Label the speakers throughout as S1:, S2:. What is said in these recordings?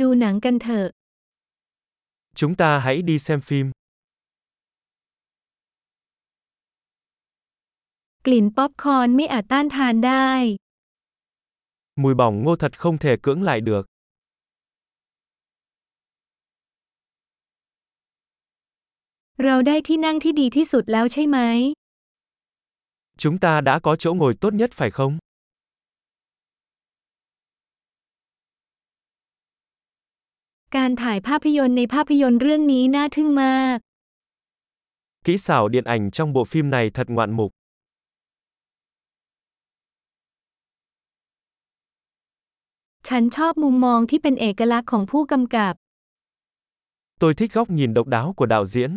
S1: ดูหนังกันเถอะ
S2: Chúng ta hãy đi xem phim.
S1: กลิ่นป๊อปคอร์นไม่อาจต้านทานได้
S2: Mùi bỏng ngô thật không thể cưỡng lại được.
S1: เราได้ที่นั่งที่ดีที่สุดแล้วใช่ไหม
S2: Chúng ta đã có chỗ ngồi tốt nhất phải không?
S1: การถ่ายภาพยนตร์ในภาพยนตร์เรื่องนี้น่าทึ่งมาก
S2: Kỹ xảo điện ảnh trong bộ phim này thật ngoạn mục.
S1: ฉันชอบมุมมองที่เป็นเอกลักษณ์ของผู้กำกับ
S2: Tôi thích góc nhìn độc đáo của đạo diễn.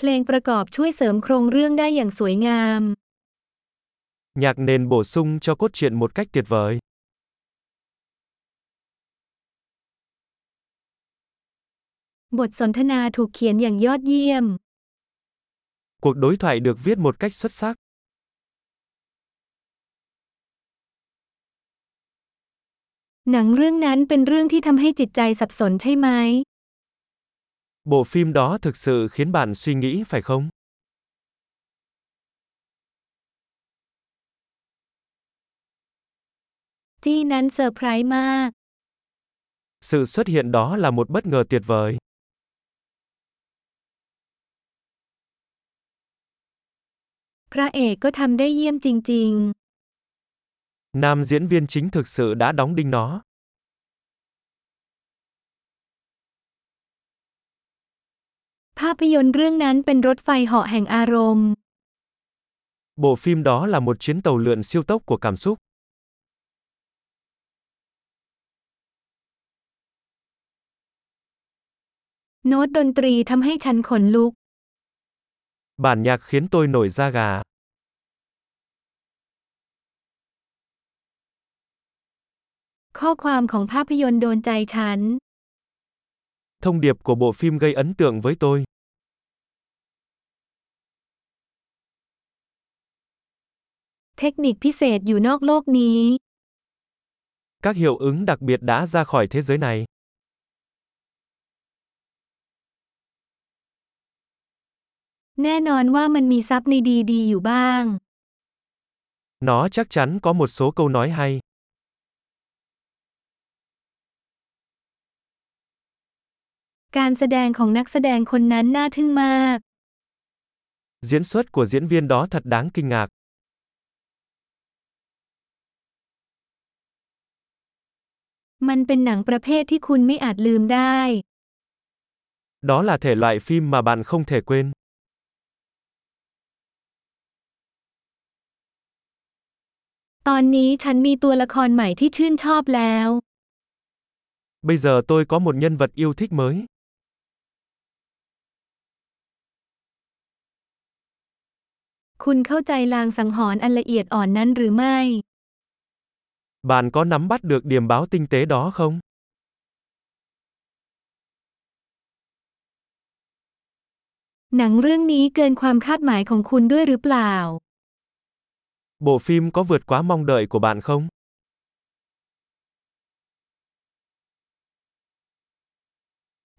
S1: เพลงประกอบช่วยเสริมโครงเรื่องได้อย่างสวยงาม
S2: Nhạc nền bổ sung cho cốt truyện một cách tuyệt vời.
S1: บทสนทนาถูกเขียนอย่างยอดเยี่ยม
S2: Cuộc đối thoại được viết một cách xuất sắc.
S1: หนังเรื่องนั้นเป็นเรื่องที่ทำให้จิตใจสับสนใช่ไหม
S2: Bộ phim đó thực sự khiến bạn suy nghĩ phải không?
S1: จี้นั้นเซอร์ไพรส์มาก
S2: Sự xuất hiện đó là một bất ngờ tuyệt vời.
S1: พระเอกก็ทำได้เยี่ยมจริง
S2: Nam diễn viên chính thực sự đã đóng đinh nó.
S1: ๆ ภาพยนตร์เรื่องนั้นเป็นรถไฟเหาะแห่งอารมณ์
S2: Bộ phim đó là một chuyến tàu lượn siêu tốc của cảm xúc.
S1: โน้ตดนตรีทำให้ฉันขนลุก
S2: Bản nhạc khiến tôi nổi da gà.
S1: ข้อความของภาพยนตร์โดนใจฉัน
S2: Thông điệp của bộ phim gây ấn tượng với tôi.
S1: เทคนิคพิเศษอยู่นอกโลกนี้
S2: Các hiệu ứng đặc biệt đã ra khỏi thế giới này.
S1: แน่นอนว่ามันมีซับในดีๆ อยู่บ้าง
S2: Nó chắc chắn có một số câu nói hay.
S1: การแสดงของนักแสดงคนนั้นน่าทึ่งมาก
S2: Diễn xuất của diễn viên đó thật đáng kinh ngạc.
S1: มันเป็นหนังประเภทที่คุณไม่อาจลืมได้
S2: Đó là thể loại phim mà bạn không thể quên.
S1: ตอนนี้ฉันมีตัวละครใหม่ที่ชื่นชอบแล้ว
S2: Bây giờ tôi có một nhân vật yêu thích mới.
S1: คุณเข้าใจลางสังหรณ์อันละเอียดอ่อนนั้นหรือไม่
S2: Bạn có nắm bắt được điểm báo tinh tế đó không?
S1: หนังเรื่องนี้เกินความคาดหมายของคุณด้วยหรือเปล่า
S2: Bộ phim có vượt quá mong đợi của bạn không?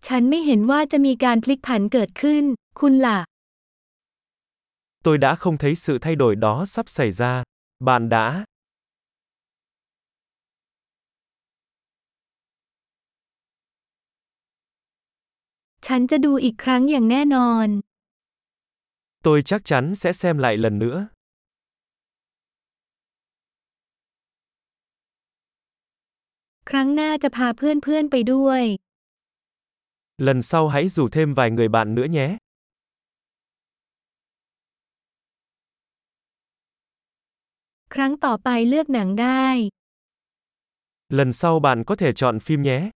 S1: ฉันไม่เห็นว่าจะมีการพลิกผันเกิดขึ้น คุณล่ะ
S2: Tôi đã không thấy sự thay đổi đó sắp xảy ra. Bạn đã
S1: ฉันจะดูอีกครั้งอย่างแน่นอน
S2: Tôi chắc chắn sẽ xem lại lần nữa.
S1: ครั้งหน้าจะพาเพื่อนๆไปด้วย
S2: Lần sau hãy rủ thêm vài người bạn nữa nhé.
S1: ครั้งต่อไปเลือกหนังได้
S2: Lần sau bạn có thể chọn phim nhé.